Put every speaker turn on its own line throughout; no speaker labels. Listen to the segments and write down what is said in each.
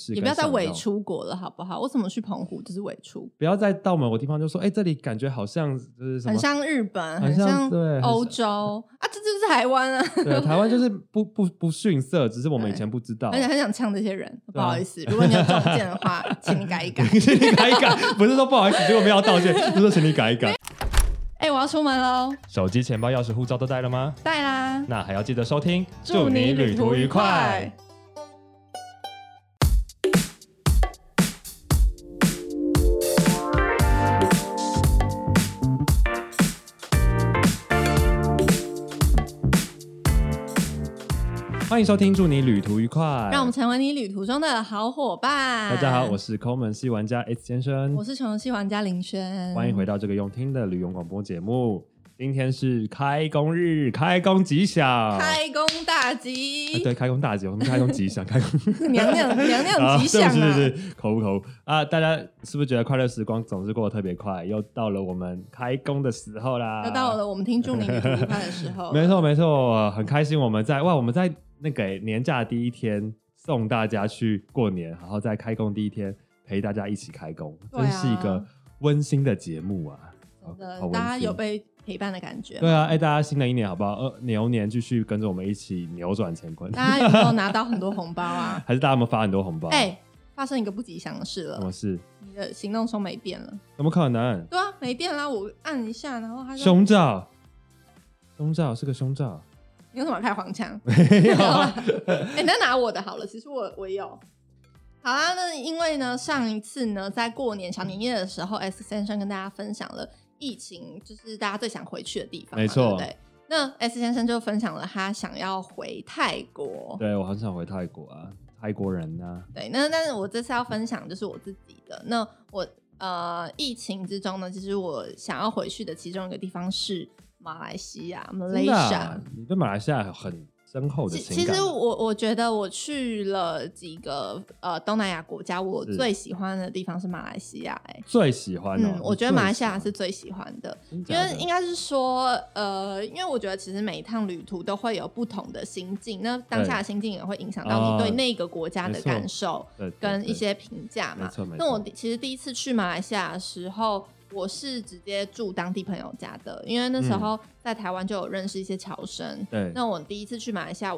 市，
也不要再伪
伪，
出国了，好不好？我怎么去澎湖就是伪出，
不要再到某个地方就说，哎、这里感觉好像就是什么，
很像日本，
很
很
像
像
对很
欧
像
洲啊，这就是台湾啊。
对，台湾就是不不不逊色，只是我们以
对
前不知道。
而且很想呛这些人，不
对啊
好意思，如果你有中箭的话，请你改一改。
请你改一改， 不是说不好意思，结果没有道歉，就是说请你改一改。
哎、我要出门喽，
手机、钱包、钥匙、护照都带了吗？
带啦！
那还要记得收听，
祝你旅途愉快。
欢迎收听，祝你旅途愉快。
让我们成为你旅途中的好伙伴。
大家好，我是抠门系玩家 S 先生，
我是穷游戏玩家林轩，
欢迎回到这个用听的旅游广播节目。今天是开工日，开工吉祥。
开工大
啊
吉，
对，开工大吉，我们开工吉祥，开工
娘 娘娘娘吉祥
啊！
啊！
是不是口误口误啊？大家是不是觉得快乐时光总是过得特别快？又到了我们开工的时候啦！
又到了我们听祝你旅途愉快的时候，
没错没错，很开心我们在哇，我们在那个年假第一天送大家去过年，然后在开工第一天陪大家一起开工，
对啊
真是一个温馨的节目啊！好
真的
好温馨
呃大家有被陪伴的感觉吗。
对啊，哎、大家新的一年好不好？呃，牛年继续跟着我们一起扭转乾坤，
大家有没有拿到很多红 包啊？
还是大家有没有发很多红包？
哎、发生一个不吉祥的事
什么
了，
事？
你的行动充没电了。
怎么可能？
对啊，没电啦，我按一下，然后它就
胸罩，胸罩是个胸罩，
你为什么开黄腔？
没有啊
哎、你再拿我的好了，其实我我也有。好啦，那因为呢，上一次呢，在过年小年夜的时候，S 先生跟大家分享了疫情，就是大家最想回去的地方嘛，
没错
对不对？那 S 先生就分享了他想要回泰国，
对我很想回泰国啊，泰国人啊呐、
对，那但是我这次要分享就是我自己的。那我呃，疫情之中呢，其实我想要回去的其中一个地方是马来西亚
真的啊
（Malaysia）。
你对马来西亚有很深厚的
其
情
其
感。啊
实我我觉得我去了几个呃东南亚国家，我
是
最喜欢的地方是马来西亚、欸。哎，
最喜欢哦、
嗯，我觉得马来西亚是最喜欢的。
你最
因
喜欢，
为应该是说，呃，因为我觉得其实每一趟旅途都会有不同的心境，那当下的心境也会影响到你
对
对那个国家
哦没
的
错
感受。
该
跟一些评价
没
嘛
错没。
那我
错
第其实第一次去马来西亚的时候，我是直接住当地朋友家的，因为那时候在台湾就有认识一些侨生。
嗯对，
那我第一次去马来西亚，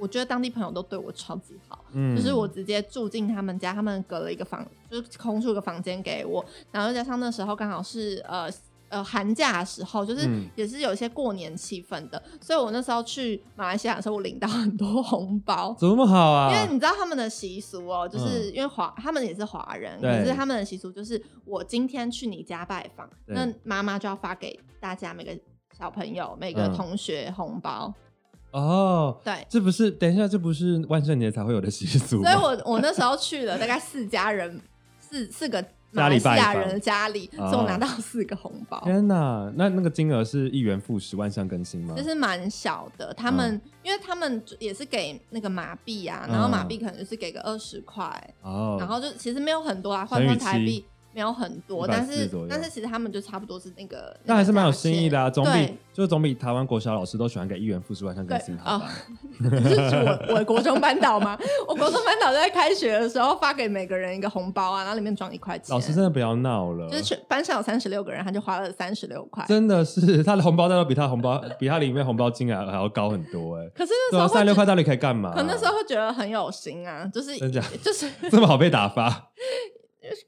我觉得当地朋友都对我超级好，
嗯
就是我直接住进他们家，他们隔了一个房，就是空出一个房间给我，然后再加上那时候刚好是呃。呃，寒假的时候就是
嗯
也是有一些过年气氛的，所以我那时候去马来西亚的时候，我领到很多红包，
怎么那么好啊？嗯
因为你知道他们的习俗哦，就是因为华他们也是华人，
对
可是他们的习俗就是我今天去你家拜访，
对
那妈妈就要发给大家每个小朋友、每个
嗯
同学红包。
哦，
对，
这不是等一下，这不是万圣节才会有的习俗
所
吗？
以我我那时候去了大概四家人，四四个
家
马
里
来西亚
拜访
人的家里，
哦
所以我拿到四个红包。
天啊哪，那那个金额是一元复十万象更新吗？
就是蛮小的，他们、
嗯
因为他们也是给那个马币啊，然后马币可能就是给个二十块，
哦，
然后就其实没有很多啦，
乘
换
以
算台
七
币没有很多，
140
但是
左右
但是其实他们就差不多是那个，
那还是蛮有
价钱
新意的啊，总比
对
就总比台湾国小老师都喜欢给一元复十万象更
对
新好
啊
吧？，
你是指我我国中班导吗？我国中班导在开学的时候发给每个人一个红包啊，然后里面装一块钱。
老师真的不要闹了，
就是全班上有三十六个人，他就花了三十六块。
真的是他的红包袋都比他红包比他里面红包金额还要高很多哎、
可是那
对
时
啊，
候
三
会
十
觉
六
得，
块到底可以干嘛？
可那时候会觉得很有心啊，就是
啊真假
就是
这么好被打发，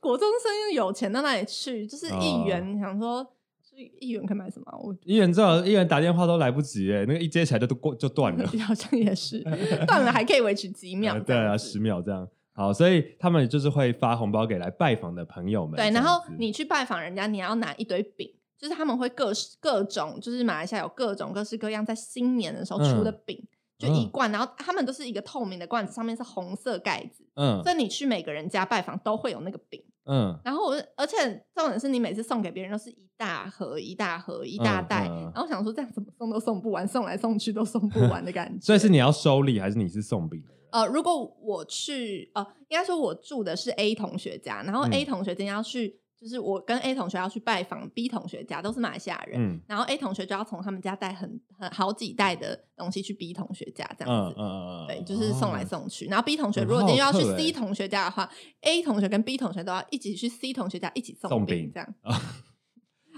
国中生有钱到哪里去？就是
哦
一元，你想说，就是一元可以买什么啊？我。
一元这种一元打电话都来不及哎、那个一接起来就都过就断了
好像也是断了，还可以维持 几秒
呃。
这
对
样
啊，
子
十秒这样。好，所以他们就是会发红包给来拜访的朋友们。
对，
这
然
样
后
子
你去拜访人家，你要拿一堆饼，就是他们会各式各种，就是马来西亚有各种各式各样在新年的时候出的饼，就一
嗯
罐，然后他们都是一个透明的罐子，上面是红色盖子，
嗯
所以你去每个人家拜访都会有那个饼。
嗯，
然后我就，而且重点是你每次送给别人都是一大盒、一大盒、一大袋，
嗯嗯
然后想说这样怎么送都送不完，送来送去都送不完的感 觉。
所以是你要收礼还是你是送饼？
呃，如果我去呃，应该说我住的是 A 同学家，然后
嗯
A 同学今天要去。就是我跟 A 同学要去拜访 B 同学家，都是马来西亚人，
嗯
然后 A 同学就要从他们家带很很好几袋的东西去 B 同学家这样
嗯
子。
嗯嗯，
对，就是送来
哦
送去。然后 B 同学
很
如果今天要去
好客欸
C 同学家的话、a 同学跟 B 同学都要一起去 C 同学家一起送
送饼
这样。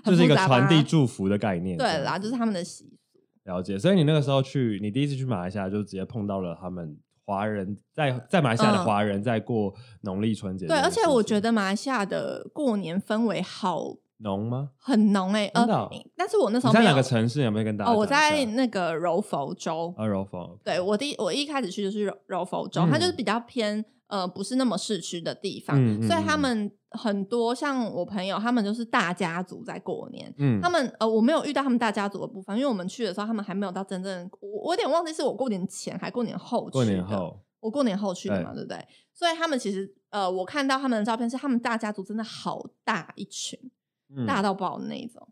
很
就是一个
复杂吧
传递祝福的概念。
对啦，
了，
就是他们的习俗。
了解。所以你那个时候去，你第一次去马来西亚就直接碰到了他们华人在在马来西亚的
嗯
华人在过农历春节这
对，
件
而
事情。
且我觉得马来西亚的过年氛围好
农吗？
很浓哎、
真的哦
呃，但是我那时
你
候
在
没
哪
有
个城市？有没有跟大家哦
哦，
讲一下？
我在那个柔佛州。
阿柔峰。
对我第一我一开始去就是柔柔佛州，
嗯
它就是比较偏呃不是那么市区的地方，
嗯嗯
所以他
嗯
们很多像我朋友，他们就是大家族在过年。
嗯
他们呃，我没有遇到他们大家族的部分，因为我们去的时候，他们还没有到真正，我我有点忘记是我过年前还过年后去的。
过年后，
我过年后去的嘛，对不对？所以他们其实呃，我看到他们的照片是他们大家族真的好大一群，
嗯
大到爆的那一种。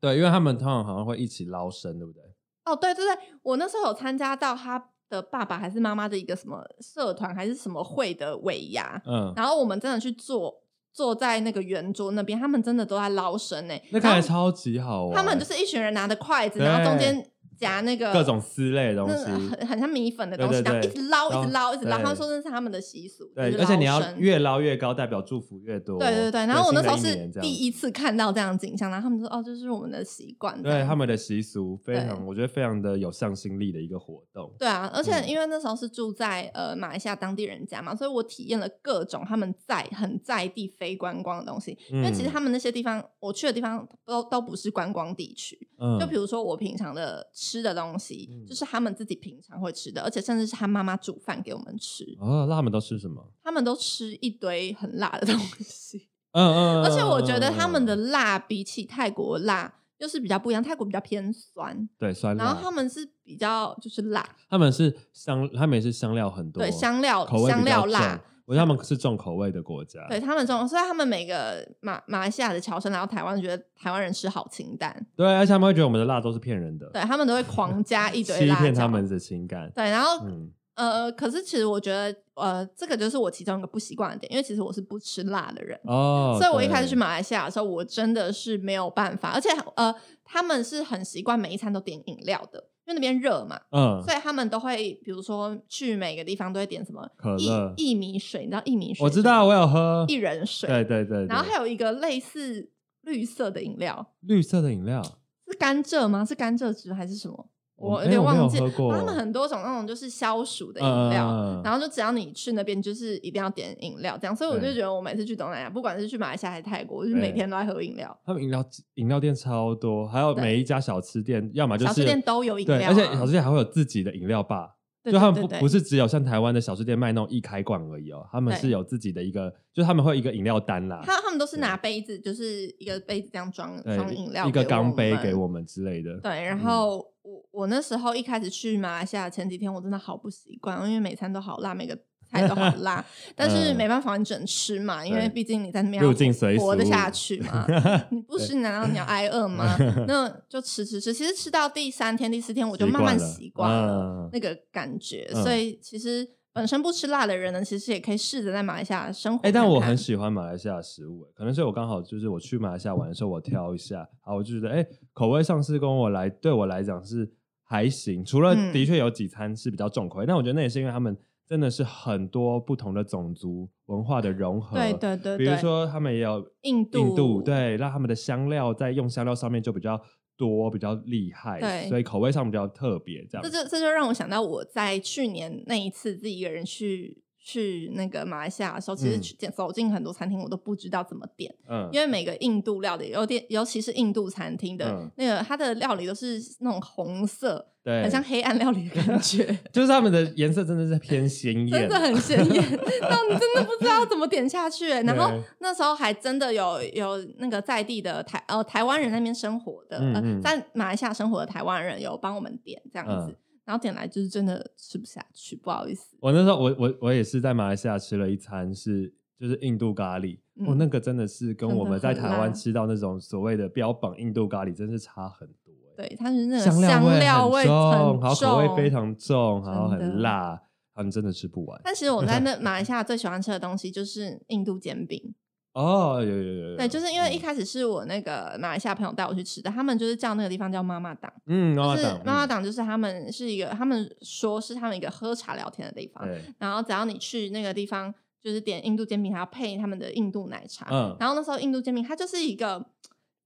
对，因为他们通常好像会一起捞生，对不对？
哦，对对对，我那时候有参加到他的爸爸还是妈妈的一个什么社团还是什么会的尾牙，
嗯，
然后我们真的去坐坐在那个圆桌那边，他们真的都在捞生呢、
那看起来超级好玩。
他们就是一群人拿着筷子，
对
然后中间夹那个
各种丝类的
那
东
个
西，
很很像米粉的东
对对
西，
对
然后一直捞，一直
然
捞，一直捞。
对
他们说那是他们的习俗，
对
就，是
而且你要
捞生
越捞越高，代表祝福越多。
对对对，然后我
新
那
的
时候
一
是
年这样
第一次看到这样的景象，然后他们说哦，这是我们的习惯。这
对
样
他们的习俗非
对
常，我觉得非常的有向心力的一个活动。
对啊，而且
嗯
因为那时候是住在呃马来西亚当地人家嘛，所以我体验了各种他们在很在地非观光的东西。因为其实
嗯
他们那些地方，我去的地方都都不是观光地区，
嗯
就比如说我平常的吃的东西，
嗯
就是他们自己平常会吃的，而且甚至是他妈妈煮饭给我们吃，
哦，那他们都吃什么？
他们都吃一堆很辣的东西。
嗯嗯，嗯
而且我觉得他们的
嗯嗯嗯
辣比起泰国辣就是比较不一样，泰国比较偏酸，
对酸
然后
辣
他，们是比较就是辣，
他们是香，他们也是香料很多，
对香料
口味比
香料
较
辣
重，。我觉得他们是重口味的国家。
对他们这种，所以他们每个马马来西亚的侨生来到台湾，觉得台湾人吃好清淡，
对，而且他们会觉得我们的辣都是骗人的，
对他们都会狂加一堆
欺
辣椒，
骗他们的情感。
对，然后、
嗯，
呃，可是其实我觉得呃，这个就是我其中一个不习惯的点，因为其实我是不吃辣的人，
哦，
所以我一开始
对
去马来西亚的时候，我真的是没有办法，而且呃，他们是很习惯每一餐都点饮料的，因为那边热嘛，
嗯
所，以他们都会比如说去每个地方都会点什么
可乐
薏薏米水，你知道薏米水？
我知道，我有喝
薏仁水，
对对对，对
然后还有一个类似绿色的饮料，
绿色的饮料，
是甘蔗吗？是甘蔗汁还是什么？
我
我
哎
有点
我没有
忘记。
喝过
然后他们很多种那种就是消暑的
嗯
饮料，
嗯嗯嗯
然后就只要你去那边，就是一定要点饮料这样。所以我就
对
觉得我每次去东南亚，不管是去马来西亚还是泰国，我就是
对
每天都在喝饮料。
他们饮料饮料店超多，还有
对
每一家小吃店，要么就是
小吃店都有饮料
对，
啊
而且小吃店还会有自己的饮料吧。
对
就他们
对
不
对对
不是只有像台湾的小吃店卖那种一开罐而已哦，他们
对
是有自己的一个，就是他们会有一个饮料单啦，
他他们都是拿杯子，就是一个杯子这样装
对
装饮料，
一个钢杯给我。们之类的。
对，然后我我那时候一开始去马来西亚前几天，我真的好不习惯，因为每餐都好辣，每个菜都好 辣，但是
嗯
没办法，你只能吃嘛，因为
对
毕竟你在那边
入
要
境随俗，。
活得下去嘛 你不吃，难道你要挨饿吗？那就吃吃吃。其实吃到第三天、第四天，我就慢慢习
习惯
惯
了
了
嗯
那个感觉。
嗯
所以其实本身不吃辣的人呢，其实也可以试着在马来西亚生活
哎、
看看。
但我很喜欢马来西亚的食物，可能是我刚好就是我去马来西亚玩的时候，我挑一下，好，我就觉得哎、口味上是跟我来对我来讲是还行，除了
嗯
的确有几餐是比较重口味，但我觉得那也是因为他们真的是很多不同的种族文化的融合，
对对对对，
比如说他们也有
印度
印度，对，让他们的香料在用香料上面就比较多，比较厉害，
对
所以口味上比较特别，这样
这就这就让我想到我在去年那一次自己一个人去去那个马来西亚的时候，其实
嗯
去走进很多餐厅，我都不知道怎么点，
嗯
因为每个印度料理，有点尤其是印度餐厅
嗯
的那个它的料理都是那种红色，
对，
很像黑暗料理的感觉。
就是他们的颜色真的是偏鲜艳，
真的很鲜艳， 但你真的不知道怎么点下去欸、然后
对
那时候还真的有有那个在地的台呃台湾人那边生活的，
嗯嗯
呃在马来西亚生活的台湾人有帮我们点这样子，
嗯
然后点来就是真的吃不下去，不好意思。
我那时候我我我也是在马来西亚吃了一餐是就是印度咖喱，
嗯
哦，那个真的是跟
真的
我们在
很
台湾
辣
吃到那种所谓的标榜印度咖喱真是差很多欸。
对，它是那个
香
料
味
味
很重，
很
然后口味非。常重，然后
真的
很辣，然后你真的吃不完。
但其实我在那马来西亚最喜欢吃的东西就是印度煎饼，
哦，有有有有，
对，就是因为一
嗯
开始是我那个马来西亚朋友带我去吃的，他们就是叫那个地方叫妈妈档，
嗯，妈妈
就是
档，
妈妈
嗯
档就是他们是一个，他们说是他们一个喝茶聊天的地方，
对，
然后只要你去那个地方，就是点印度煎饼，还要配他们的印度奶茶。
嗯
然后那时候印度煎饼它就是一个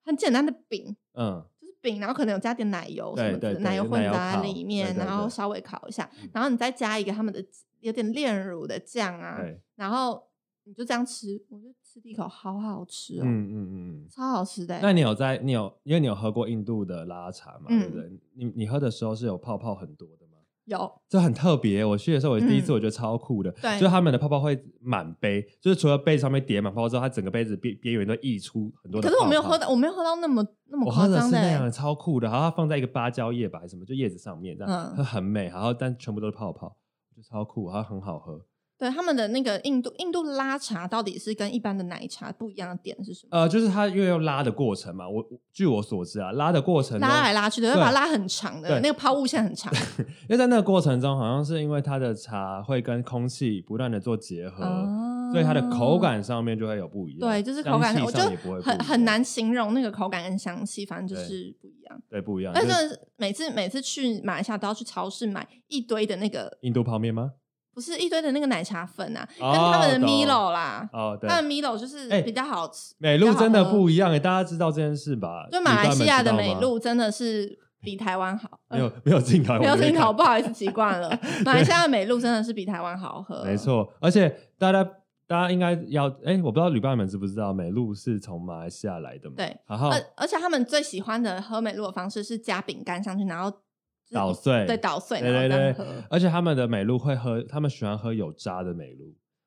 很简单的饼，
嗯，
就是饼，然后可能有加点奶油
对
什么
对
的，
对
奶油混杂在
奶油烤
里面，
对对
然后
对
稍微烤一下
嗯，
然后你再加一个他们的有点炼乳的酱啊，
对，
然后你就这样吃，我就吃第一口，好好吃哦，
嗯嗯嗯嗯。
超好吃的欸、
那你有在你有因为你有喝过印度的拉茶嘛？对不
嗯
对？你你喝的时候是有泡泡很多的吗？
有
这很特别。我去的时候，我第一次
嗯
我觉得超酷的，
对
就是他们的泡泡会满杯，就是除了杯子上面叠满泡泡之后，它整个杯子边边缘都溢出很多的
可
泡泡。
是我没有喝到，我没有喝到那么那么
我
夸
喝的
张
是
的
那
欸、
样的超酷的，然后它放在一个芭蕉叶吧还是什么，就叶子上面这样，
嗯
它很美，然后但全部都是泡泡，就超酷，然后很好喝。
对他们的那个印度印度拉茶到底是跟一般的奶茶不一样的点是什么？
呃，就是它因为要拉的过程嘛，我我据我所知啊，拉的过程中
拉来拉去的，
对
会把它拉很长的
对，
那个抛物线很长。
因为在那个过程中，好像是因为它的茶会跟空气不断的做结合，
哦
呃所以它的口感上面就会有不一样。
对，就是口感，
香
我
气
就
上也不会不一
很
样
很难形容那个口感跟香气，反正就是不一样。
对不一样。
但
就是
每次每次去马来西亚都要去超市买一堆的那个，
印度泡面吗？
不是一堆的那个奶茶粉啊，
哦
跟他们的
懂
Milo 啦，
哦，对，
他们 Milo 就是
哎
比较好吃。
美露真的
比较好喝
不一样诶，欸大家知道这件事吧？
就马来西亚的
你知道
美
吗
露真的是比台湾好，
没有没有进口，
没
啊
有
我没
进
看
口，不好意思，习惯 了。马来西亚的美露真的是比台湾好喝，
没。错，而且大家大家应该要，哎、我不知道旅伴们知不知道，美露是从马来西亚来的嘛？
对，
然后
而而且他们最喜欢的喝美露的方式是加饼干上去，然后就是
捣碎
对，捣碎，
对
然后
对
这样
对
喝。，
而且他们的美露会喝，他们喜欢喝有渣的美露，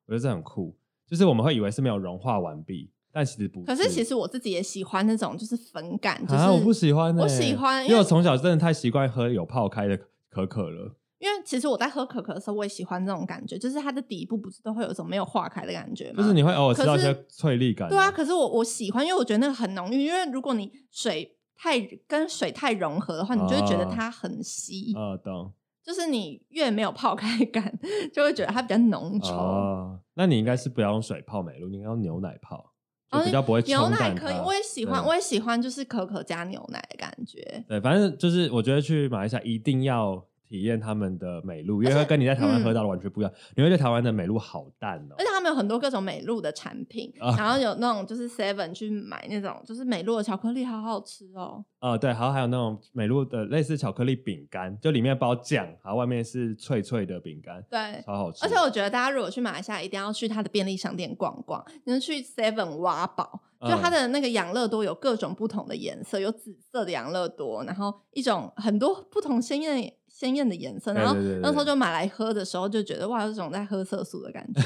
我觉得这很酷，就是我们会以为是没有融化完毕，但其实不
可是其实我自己也喜欢那种就是粉感，就是、
啊，我不喜欢、欸，
我喜欢
因
因
为
为
我从小真的太习惯喝有泡开的可可了。
因为其实我在喝可可的时候，我也喜欢这种感觉，就是它的底部不是都会有一种没有化开的感觉吗？
就是你会偶尔吃到一
嗯可是
些脆粒感，
对啊，，可是我我喜欢，因为我觉得那个很浓郁，因为如果你水太跟水太融合的话，你就会觉得
哦
它很稀，
啊、懂
就是你越没有泡开感， 就会觉得它比较浓稠。
哦，那你应该是不要用水泡美露，你应该用牛奶泡，就
哦
比较不会冲
牛奶
淡
可以，
它
我也喜欢，
对
我也喜欢，就是可可加牛奶的感觉。
对，反正就是我觉得去马来西亚一定要体验他们的美露，因为
而且
它跟你在台湾
嗯
喝到的完全不一样。你会觉得台湾的美露好淡哦
而，且他们有很多各种美露的产品，
啊
然后有那种就是 Seven 去买那种就是美露的巧克力，好好吃哦。
哦、对，然后还有那种美露的类似巧克力饼干，就里面包酱，然后外面是脆脆的饼干，
对，
超好吃。
而且我觉得大家如果去马来西亚，一定要去它的便利商店逛逛，你就去 Seven 挖宝，就
嗯
它的那个养乐多有各种不同的颜色，有紫色的养乐多，然后一种很多不同鲜艳鲜艳的颜色，
对
然后
对对对
那时候就买来喝的时候就觉得哇，有种在喝色素的感觉，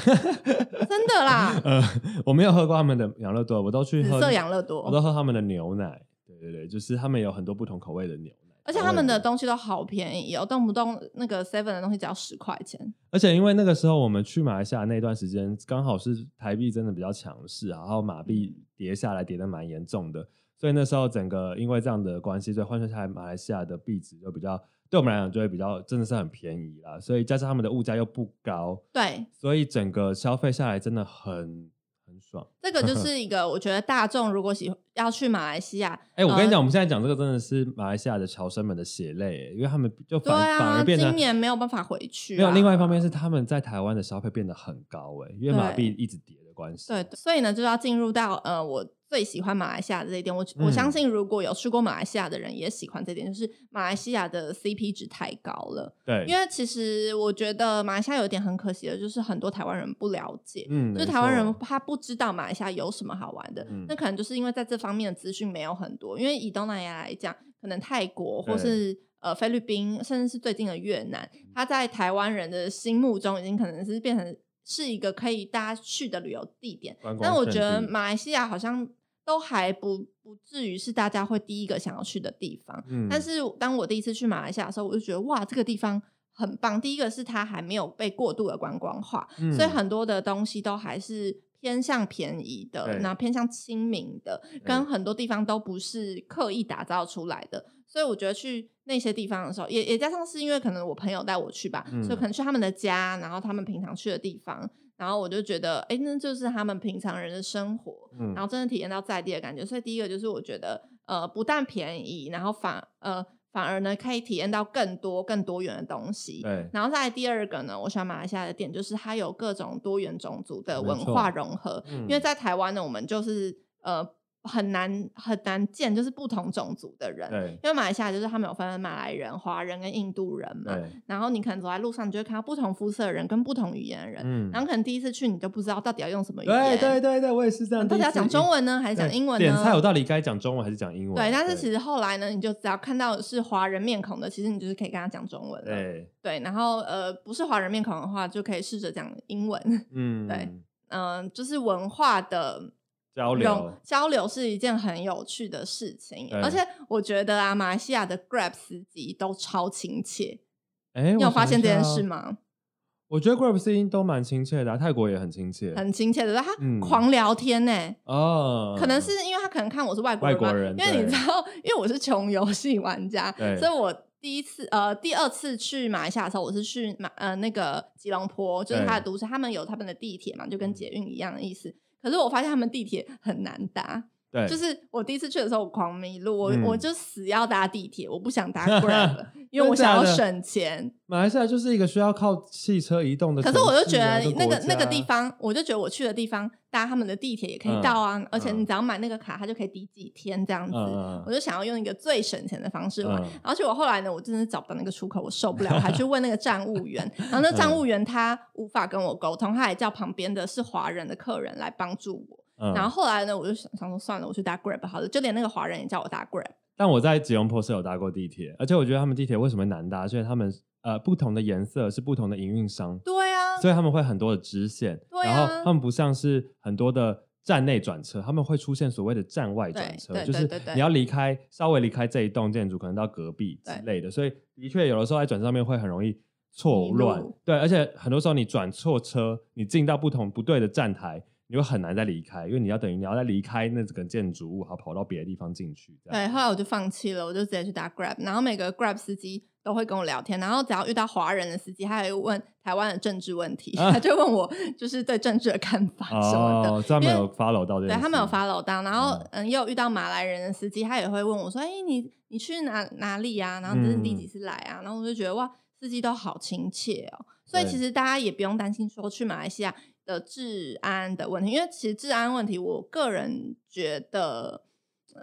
真的啦，
呃，我没有喝过他们的养乐多，我都去
紫
喝
色养乐多
我都喝他们的牛奶。对对对，就是他们有很多不同口味的嗯牛奶，
而且他
口味
们的
牛奶
东西都好便宜哦，动不动那个 Seven 的东西只要十块钱。
而且因为那个时候我们去马来西亚那段时间，刚好是台币真的比较强势，啊然后马币
嗯
跌下来跌得蛮严重的，所以那时候整个因为这样的关系，所以换算下来马来西亚的币值就比较对我们来讲就会比较真的是很便宜啦。所以加上他们的物价又不高，
对，
所以整个消费下来真的很很爽。
这 个就是一个我觉得大众如果喜要去马来西亚，
哎、我跟你讲，
呃
我们现在讲这个真的是马来西亚的侨生们的血泪、欸因为他们就
对
反、反
啊，
而变得
今年没有办法回去、啊，
没有，另外一方面是他们在台湾的消费变得很高哎、因为马币一直跌的关系。
对，所以呢，就要进入到呃，我最喜欢马来西亚的这一点。我、我
嗯
相信，如果有去过马来西亚的人，也喜欢这点，就是马来西亚的 CP 值太高了。
对，
因为其实我觉得马来西亚有一点很可惜的，就是很多台湾人不了解。
嗯，
就是
没
台湾人
错
他不知道马来西亚有什么好玩的，
嗯
那可能就是因为在这方面的资讯没有很多。因为以东南亚来讲，可能泰国或
对嗯
是呃菲律宾，甚至是最近的越南，它在台湾人的心目中已经可能是变成是一个可以大家去的旅游地点。
观光
但我
胜
觉得
地
马来西亚好像都还不不至于是大家会第一个想要去的地方。
嗯
但是当我第一次去马来西亚的时候，我就觉得哇，这个地方很棒。第一个是它还没有被过度的观光化，所以
嗯
很多的东西都还是偏向便宜的
对，
那偏向亲民的，跟很多地方都不是刻意打造出来的。所以我觉得去那些地方的时候，也也加上是因为可能我朋友带我去吧，所
嗯
以可能去他们的家，然后他们平常去的地方，然后我就觉得，哎，那就是他们平常人的生活，
嗯
然后真的体验到在地的感觉。所以第一个就是我觉得，呃，不但便宜，然后反呃反而呢可以体验到更多更多元的东西。
对，
然后再来第二个呢，我喜欢马来西亚的点就是它有各种多元种族的
哦没
文
错嗯
化融合，
因
因为在台湾呢，我们就是呃很难很难见就是不同种族的人。
对
因为马来西亚就是他们有分马来人、华人跟印度人嘛，
对，
然后你可能走在路上，你就会看到不同肤色的人跟不同语言的人，
嗯
然后可能第一次去你就不知道到底要用什么语言，嗯
对对对对，我也是这样。
到底要讲中文呢还
还
是讲英文呢？
点菜我到底该讲中文还是讲英文？
对，但是其实后来呢，你就只要看到是华人面孔的，其实你就是可以跟他讲中文了。
对，
对，然后呃，不是华人面孔的话，就可以试着讲英文。
嗯，
对，嗯、就是文化的
交
融
流，
交流是一件很有趣的事情，
对
而且我觉得啊，马来西亚的 Grab 司机都超亲切，
哎，
你有发现这件事
吗？
吗？
我觉得 Grab 司机都蛮亲切的啊，泰国也很亲切，
很亲切的，他
嗯
狂聊天呢、
哦，
可能是因为他可能看我是外国人吧，
外国人
因为
对
你知道，因为我是穷游戏玩家
对，
所以我第一次呃第二次去马来西亚的时候，我是去马呃那个吉隆坡，就是
对嗯
它的都市，他们有他们的地铁嘛，就跟捷运一样的意思。可是我发现他们地铁很难搭，
对，
就是我第一次去的时候，我狂迷路，我、
嗯
我就死要搭地铁，我不想搭 Grab，因为我想要
真假的
省钱。
马来西亚就是一个需要靠汽车移动的
可
城
是
市啊、
我就觉得
跟
那
国
个那个
家啊
地，方，我就觉得我去的地方搭他们的地铁也可
嗯
以到啊，而且你只要买那个卡，它就可以抵几天这样子。
嗯嗯
我就想要用一个最省钱的方式玩，
嗯
而且我后来呢，我真的找不到那个出口，我受不了，我 还去问那个站务员，然后那站
嗯
务员他无法跟我沟通，他还叫旁边的是华人的客人来帮助我。
嗯
然后后来呢，我就想想说算了，我去搭 Grab 好了，就连那个华人也叫我搭 Grab。
但我在吉隆坡是有搭过地铁，而且我觉得他们地铁为什么难搭，是因为他们呃不同的颜色是不同的营运商，
对啊，
所以他们会很多的支线，
对
然
啊
后他们不像是很多的。站内转车，他们会出现所谓的站外转
对
车，
对
就是
对对对
你要离开稍微离开这一栋建筑，可能到隔壁之类的，所以的确有的时候在转车上面会很容易错
迷
乱
路，
对，而且很多时候你转错车，你进到不同不对的站台，你会很难再离开，因为你要等于你要再离开那整个建筑物，还要跑到别的地方进去，这样
对，后来我就放弃了，我就直接去打 Grab，然后每个 Grab 司机都会跟我聊天，然后只要遇到华人的司机，他还会问台湾的政治问题，
啊
他就问我就是对政治的看法 什么的。
哦，专门
因为
有 follow 到这件
对
事
他们有 follow 到，然后
嗯
嗯，也有遇到马来人的司机，他也会问我说：“哎、你你去哪哪里啊？然后你是第
嗯
几次来啊？”然后我就觉得哇，司机都好亲切哦。所以
对
其实大家也不用担心说去马来西亚的治安的问题，因为其实治安问题，我个人觉得，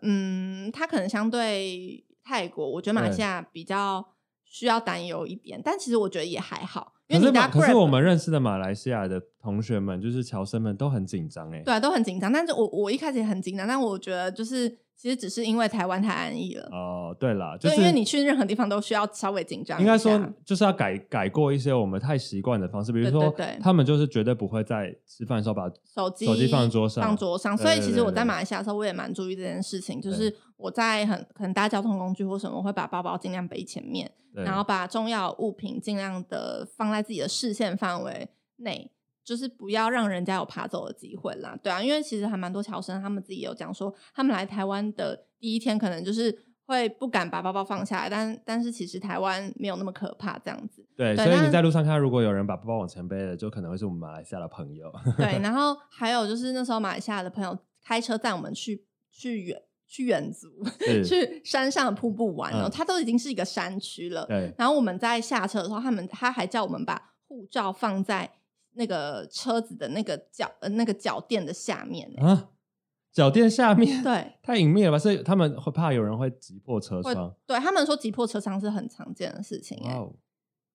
嗯，它可能相对泰国，我觉得马来西
对
亚比较需要担忧一点，但其实我觉得也还好，因
可
为
是
你搭
马可是
Grab
我们认识的马来西亚的同学们，就是侨生们都很紧张哎。
对、啊，都很紧张。但是我我一开始也很紧张，但我觉得就是其实只是因为台湾太安逸了，
哦，对啦，就
就是啊因为你去任何地方都需要稍微紧张一下。
应该说就是要改改过一些我们太习惯的方式，比如
对
说
对对
他们就是绝对不会在吃饭的时候把
手机
手机放桌上
放桌上。
对
所以
对
其实
对
我在
对
马来西亚的时候，我也蛮注意这件事情，就是我在很可能搭交通工具或什么，我会把包包尽量背前面，
对
然后把重要物品尽量的放在自己的视线范围内。就是不要让人家有爬走的机会啦，对啊，因为其实还蛮多侨生他们自己有讲说，他们来台湾的第一天可能就是会不敢把包包放下来，但但是其实台湾没有那么可怕这样 子，
对，
对
所以
但
你在路上看，到如果有人把包包往前背了，就可能会是我们马来西亚的朋 友。
对，然后还有就是那时候马来西亚的朋友开车载我们去去远去远足，
是
去山上的瀑布玩哦，
嗯
它都已经是一个山区了。
对，
然后我们在下车的时候，他们他还叫我们把护照放在那个车子的那个脚呃那个脚垫的下面欸、
啊，脚垫下面
对
太隐秘了吧？所以他们会怕有人会挤破车
会
窗。
对，他们说击破车窗是很常见的事情哎、
哇哦，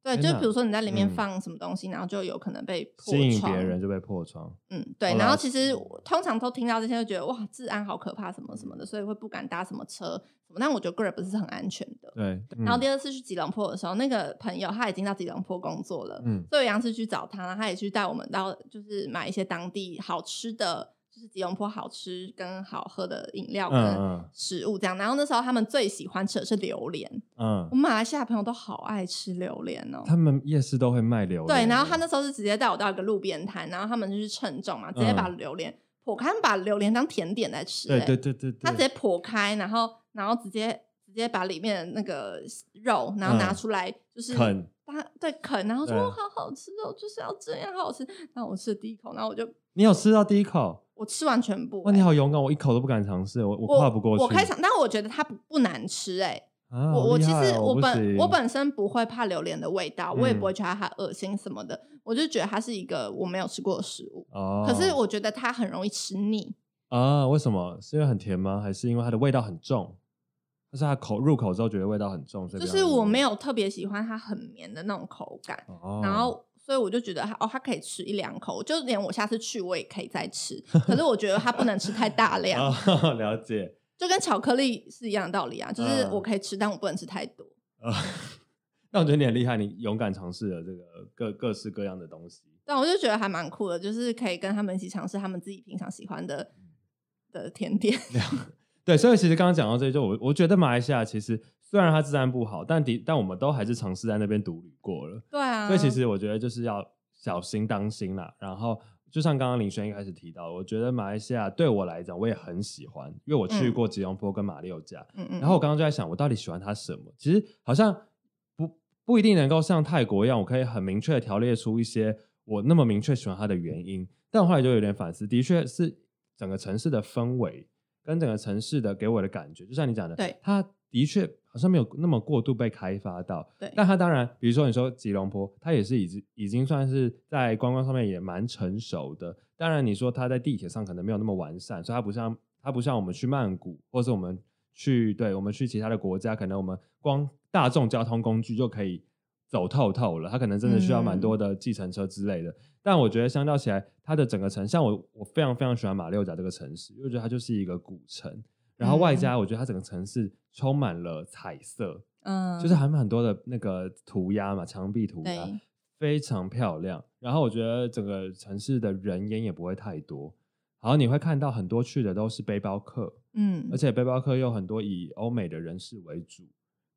对，
天
就
哪
比如说你在里面
嗯
放什么东西，然后就有可能被破
吸引
窗
别人哦就被破窗。
嗯，对。
后
然
来
后其实我通常都听到这些，就觉得哇，治安好可怕，什么什么
嗯
的，所以会不敢搭什么车什么。但我觉得 Grab 是很安全的。
对，嗯
然后第二次去吉隆坡的时候，那个朋友他已经到吉隆坡工作了，
嗯，
所以我杨次去找他，然后他也去带我们到就是买一些当地好吃的，就是吉隆坡好吃跟好喝的饮料
嗯
跟
嗯
食物这样。然后那时候他们最喜欢吃的是榴莲，
嗯
我，们马来西亚朋友都好爱吃榴莲哦。
他们夜市都会卖榴莲哦
对，
的。
然后他那时候是直接带我到一个路边摊，然后他们就去称重嘛，直接把榴莲剖开，他们把榴莲当甜点在吃、欸。
嗯对对对对对，
他直接剖开，然后然后直接直接把里面的那个肉，然后拿
嗯
出来就是
啃
他对啃，然后说
对
哦好好吃哦，就是要这样好好吃。然后我吃了第一口，然后我就
你有吃到第一口？
我吃完全部、欸
哇，你好勇敢，我一口都不敢尝试，我
我
我跨不过去。
我开场，但我觉得它不不难吃哎、
啊，
我
好
我
厉
其
害
实
哦
我
不
本我
行
本身不会怕榴莲的味道，我也不会
嗯
觉得它恶心什么的，我就觉得它是一个我没有吃过的食物。
哦，
可是我觉得它很容易吃腻，
啊，为什么？是因为很甜吗？还是因为它的味道很重？但是它口入口之后觉得味道很重，所以
就
不想
是我
吃
没有特别喜欢它很绵的那种口感，
哦
然后所以我就觉得它哦，它可以吃一两口，就连我下次去我也可以再吃，可是我觉得它不能吃 太大量，
哦，了解。
就跟巧克力是一样的道理啊，就是
嗯
我可以吃，但我不能吃太多。
啊， 那我觉得你很厉害，你勇敢尝试了这个各各式各样的东西。
但我就觉得还蛮酷的，就是可以跟他们一起尝试他们自己平常喜欢的的甜点。
对，所以其实刚刚讲到这里，就我我觉得马来西亚其实虽然它治安不好，但的但我们都还是尝试在那边独旅过了。
对啊，
所以其实我觉得就是要小心当心啦。然后就像刚刚林轩一开始提到，我觉得马来西亚对我来讲我也很喜欢，因为我去
嗯
过吉隆坡跟马六甲，
嗯嗯，
然后我刚刚就在想，我到底喜欢它什么？其实好像不不一定能够像泰国一样，我可以很明确的条列出一些我那么明确喜欢它的原因。但我后来就有点反思，的确是整个城市的氛围跟整个城市的给我的感觉，就像你讲的，
对
它的确好像没有那么过度被开发到。
对，
但它当然，比如说你说吉隆坡，它也是已经已经算是在观光上面也蛮成熟的。当然，你说它在地铁上可能没有那么完善，所以它不像它不像我们去曼谷，或是我们去对我们去其他的国家，可能我们光大众交通工具就可以走透透了。它可能真的需要蛮多的计程车之类的。但我觉得相较起来，它的整个城，像我我非常非常喜欢马六甲这个城市，因为我觉得它就是一个古城，然后外加我觉得它整个城市充满了彩色。
嗯，
就是还蛮很多的那个涂鸦嘛，墙壁涂鸦
对
非常漂亮。然后我觉得整个城市的人烟也不会太多，然后你会看到很多去的都是背包客，
嗯
而，且背包客又很多以欧美的人士为主，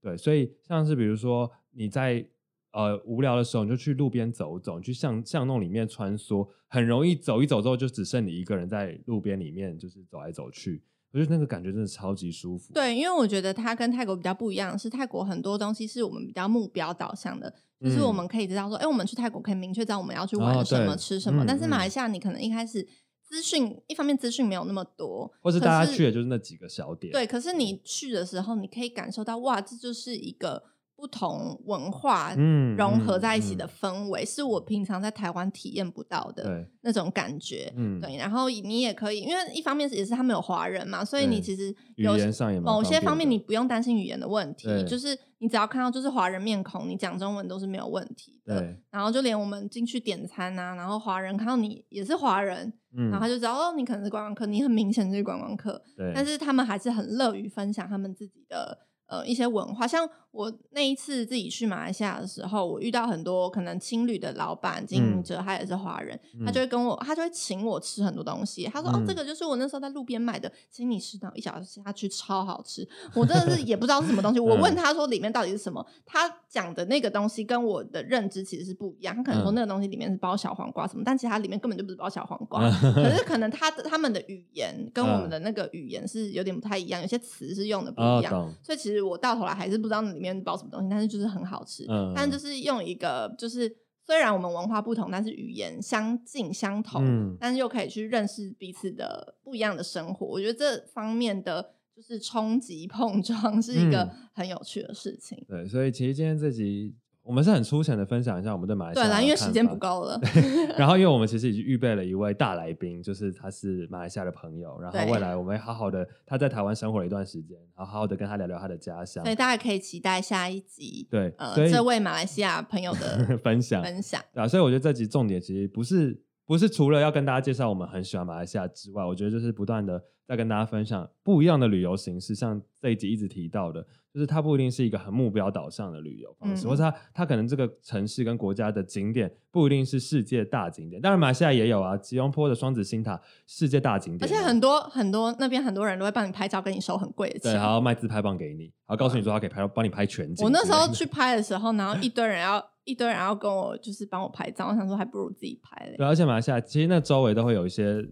对，所以像是比如说你在呃无聊的时候，你就去路边走走，你去巷巷弄里面穿梭，很容易走一走之后就只剩你一个人在路边里面就是走来走去，我觉得那个感觉真的超级舒服。
对，因为我觉得它跟泰国比较不一样，是泰国很多东西是我们比较目标导向的，就是我
嗯
们可以知道说，哎、我们去泰国可以明确知道我们要去
哦
玩什么、
对
吃什么，
嗯
但是马来
嗯
西亚你可能一开始资讯一方面资讯没有那么多，
或是
可
大家去的就是那几个小点，嗯
对，可是你去的时候，你可以感受到哇，这就是一个不同文化
嗯
融合
嗯
在一起
嗯
的氛围，是我平常在台湾体验不到的
对，
那种感觉。
嗯，
对，然后你也可以，因为一方面是也是他们有华人嘛，所以你
对
其实
语
有
言上也蛮
某些
方便
方面
的
你不用担心语言的问题
对，
就是你只要看到就是华人面孔，你讲中文都是没有问题的。
对，
然后就连我们进去点餐啊，然后华人看到你也是华人，
嗯，
然后他就知道哦，你可能是观光客，你很明显就是观光客，
对，
但是他们还是很乐于分享他们自己的呃一些文化。像我那一次自己去马来西亚的时候，我遇到很多可能青旅的老板、经
嗯
营者，他也是华人，他就会跟我，他就会请我吃很多东西。他说：“哦，这
嗯
个就是我那时候在路边买的，请你吃到一小时，他去超好吃。”我真的是也不知道是什么 东西，我问
嗯
他说里面到底是什么，他讲的那个东西跟我的认知其实是不一样。他可能说
嗯
那个东西里面是包小黄瓜什么，但其实它里面根本就不是包小黄 瓜，可
嗯
是可能他的他们的语言跟我们
嗯
的那个语言是有点不太一样，有些词是用的不
哦
一，样，
懂，
所以其实我到头来还是不知道那里面包什么东西，但是就是很好吃。
嗯，
但就是用一个就是虽然我们文化不同，但是语言相近相同，
嗯
但是又可以去认识彼此的不一样的生活。我觉得这方面的就是冲击碰撞是一个
嗯
很有趣的事情。
对，所以其实今天这集我们是很粗浅的分享一下我们对马来西
对啊
亚，
啦，因为时间不。够 了，
然后，因为我们其实已经预备了一位大来宾，就是他是马来西亚的朋友，然后
对
未来我们会好好的，他在台湾生活了一段时间，然后好好的跟他聊聊他的家乡
所，以大家可以期待下一集，
对，
呃，
所以
这位马来西亚朋友 的
分享，
分享。
对啊，所以我觉得这集重点其实不是不是除了要跟大家介绍我们很喜欢马来西亚之外，我觉得就是不断的在跟大家分享不一样的旅游形式，像这一集一直提到的，就是它不一定是一个很目标导向的旅游方式，
嗯
或者它它可能这个城市跟国家的景点不一定是世界大景点，当然马来西亚也有啊，吉隆坡的双子星塔世界大景
而
点
且
啊，
很多很多那边很多人都会帮你拍照，跟你收很贵的
对，
钱。
还要卖自拍棒给你，然后告诉你说他可以拍到帮你拍全景。
我那时候去拍的时候，然后一堆人要 一堆人要跟
啊
我就是帮我拍照，我想说还不如自己拍嘞。
对，而且马来西亚其实那周围都会有一些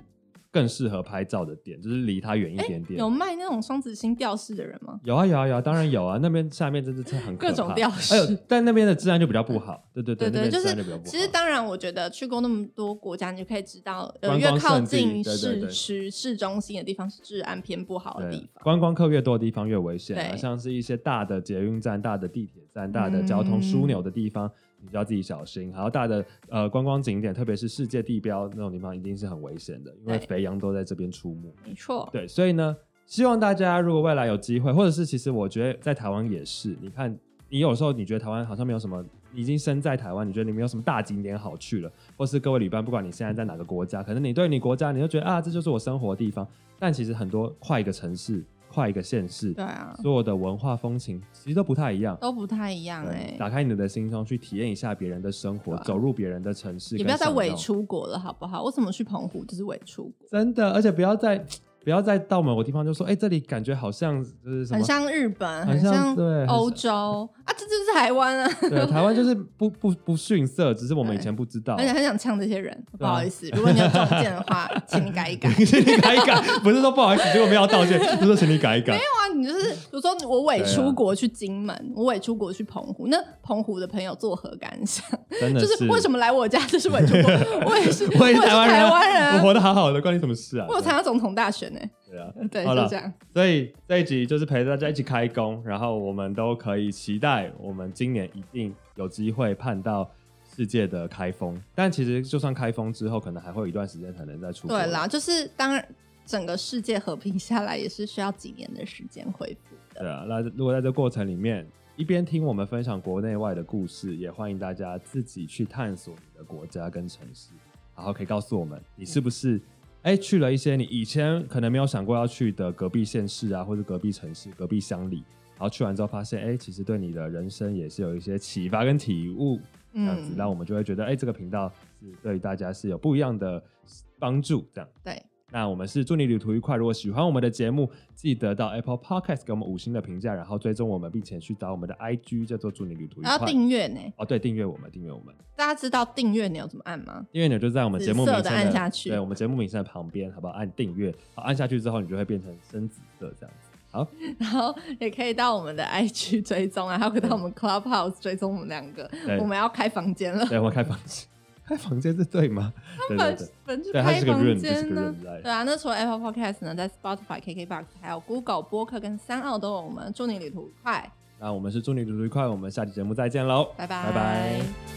更适合拍照的点，就是离它远一点点。
有卖那种双子星吊饰的人吗？
有啊有啊有啊，当然有啊，那边下面真的是很可
各种
怕
吊
哎呦
饰，
但那边的治安就比较不好，对对
对
那边的
对，就
治
是
安就比较不好。
其实当然，我觉得去过那么多国家，你就可以知道，呃，
观
越
光
靠
胜地对
近
对
市
对
区、市中心的地方是治安偏不好的
对
地方。
观光客越多的地方越危险啊，
对嗯
像是一些大的捷运站、大的地铁站、大的交通枢纽的地方，你就要自己小心。还有大的呃观光景点，特别是世界地标那种地方，一定是很危险的，因为
对
肥羊都在这边出没。
没错，
对，所以呢，希望大家如果未来有机会，或者是其实我觉得在台湾也是，你看，你有时候你觉得台湾好像没有什么，你已经身在台湾，你觉得你没有什么大景点好去了，或是各位旅伴，不管你现在在哪个国家，可能你对你国家，你就觉得啊，这就是我生活的地方，但其实很多跨一个城市，跨一个县市，
对啊，
所有的文化风情其实都不太一样。
都不太一样
对
哎、
打开你的心胸，去体验一下别人的生活，
对啊
走入别人的城市，
也不要再
跟享
伪
用
出国了，好不好？为什么去澎湖就是伪出国？
真的，而且不要再不要再到某个地方就说，哎、这里感觉好像就是什么，
很像日本，
很
很
像
像
对很
欧
像
洲啊，这就是台湾啊！
对，台湾就是不不不逊色，只是我们以
对
前不知道
而。且很想呛这些人，不
啊
好意思，如果你有中箭的话，请你改一改。没
请你改一改，不是说不好意思，结果没有道 歉，就是说请你改一改。
有啊，你就是比如说我伪
对啊
出国去金 门，我伪出国去澎湖，那澎湖的朋友作何感想？
真的
就是为什么来我家就是伪出 国？我也是，
我也
是
是台湾人啊，
台湾人
我
啊，
活得好好的，关你什么事啊？
我有参加总统大选呢。欸
对啊，
对，
好了
就这样。
所以这一集就是陪大家一起开工，然后我们都可以期待，我们今年一定有机会盼到世界的开封。但其实就算开封之后，可能还会有一段时间才能再出国。
对啦，就是当然整个世界和平下来也是需要几年的时间恢复的。
对啊，那如果在这过程里面一边听我们分享国内外的故事，也欢迎大家自己去探索你的国家跟城市，然后可以告诉我们你是不是哎、去了一些你以前可能没有想过要去的隔壁县市啊，或者隔壁城市、隔壁乡里，然后去完之后发现哎、其实对你的人生也是有一些启发跟体悟，这样子，
嗯
那我们就会觉得哎、这个频道是对大家是有不一样的帮助，这样。
对，
那我们是祝你旅途愉快。如果喜欢我们的节目，记得到 Apple Podcast 给我们五星的评价，然后追踪我们，并且去找我们的 IG 叫做“祝你旅途愉
然后
快
要”。订阅呢，
哦，对，订阅我们，订阅我们，
大家知道订阅钮怎么按吗？
订阅钮就在我们节目名称
紫色的按下去
对我们节目名称的旁边，好不好？按订阅，好，按下去之后，你就会变成深紫色这样子。 好，
然后也可以到我们的 IG 追踪啊，还有可以到我们 Clubhouse 追踪我们两个
对。
我们要开房间了，
对，我们开房间， 开房间是对 吗？对对对，
本就
对，它
开
是个 room，
房
这是
间
个
呢
room。来
对。啊，那除了 Apple Podcast 呢，在 Spotify、KKBox 还有 Google 播客跟三奥都有我们。祝你旅途愉快，
那我们是祝你旅途愉快，我们下期节目再见喽，
拜
拜
拜
拜。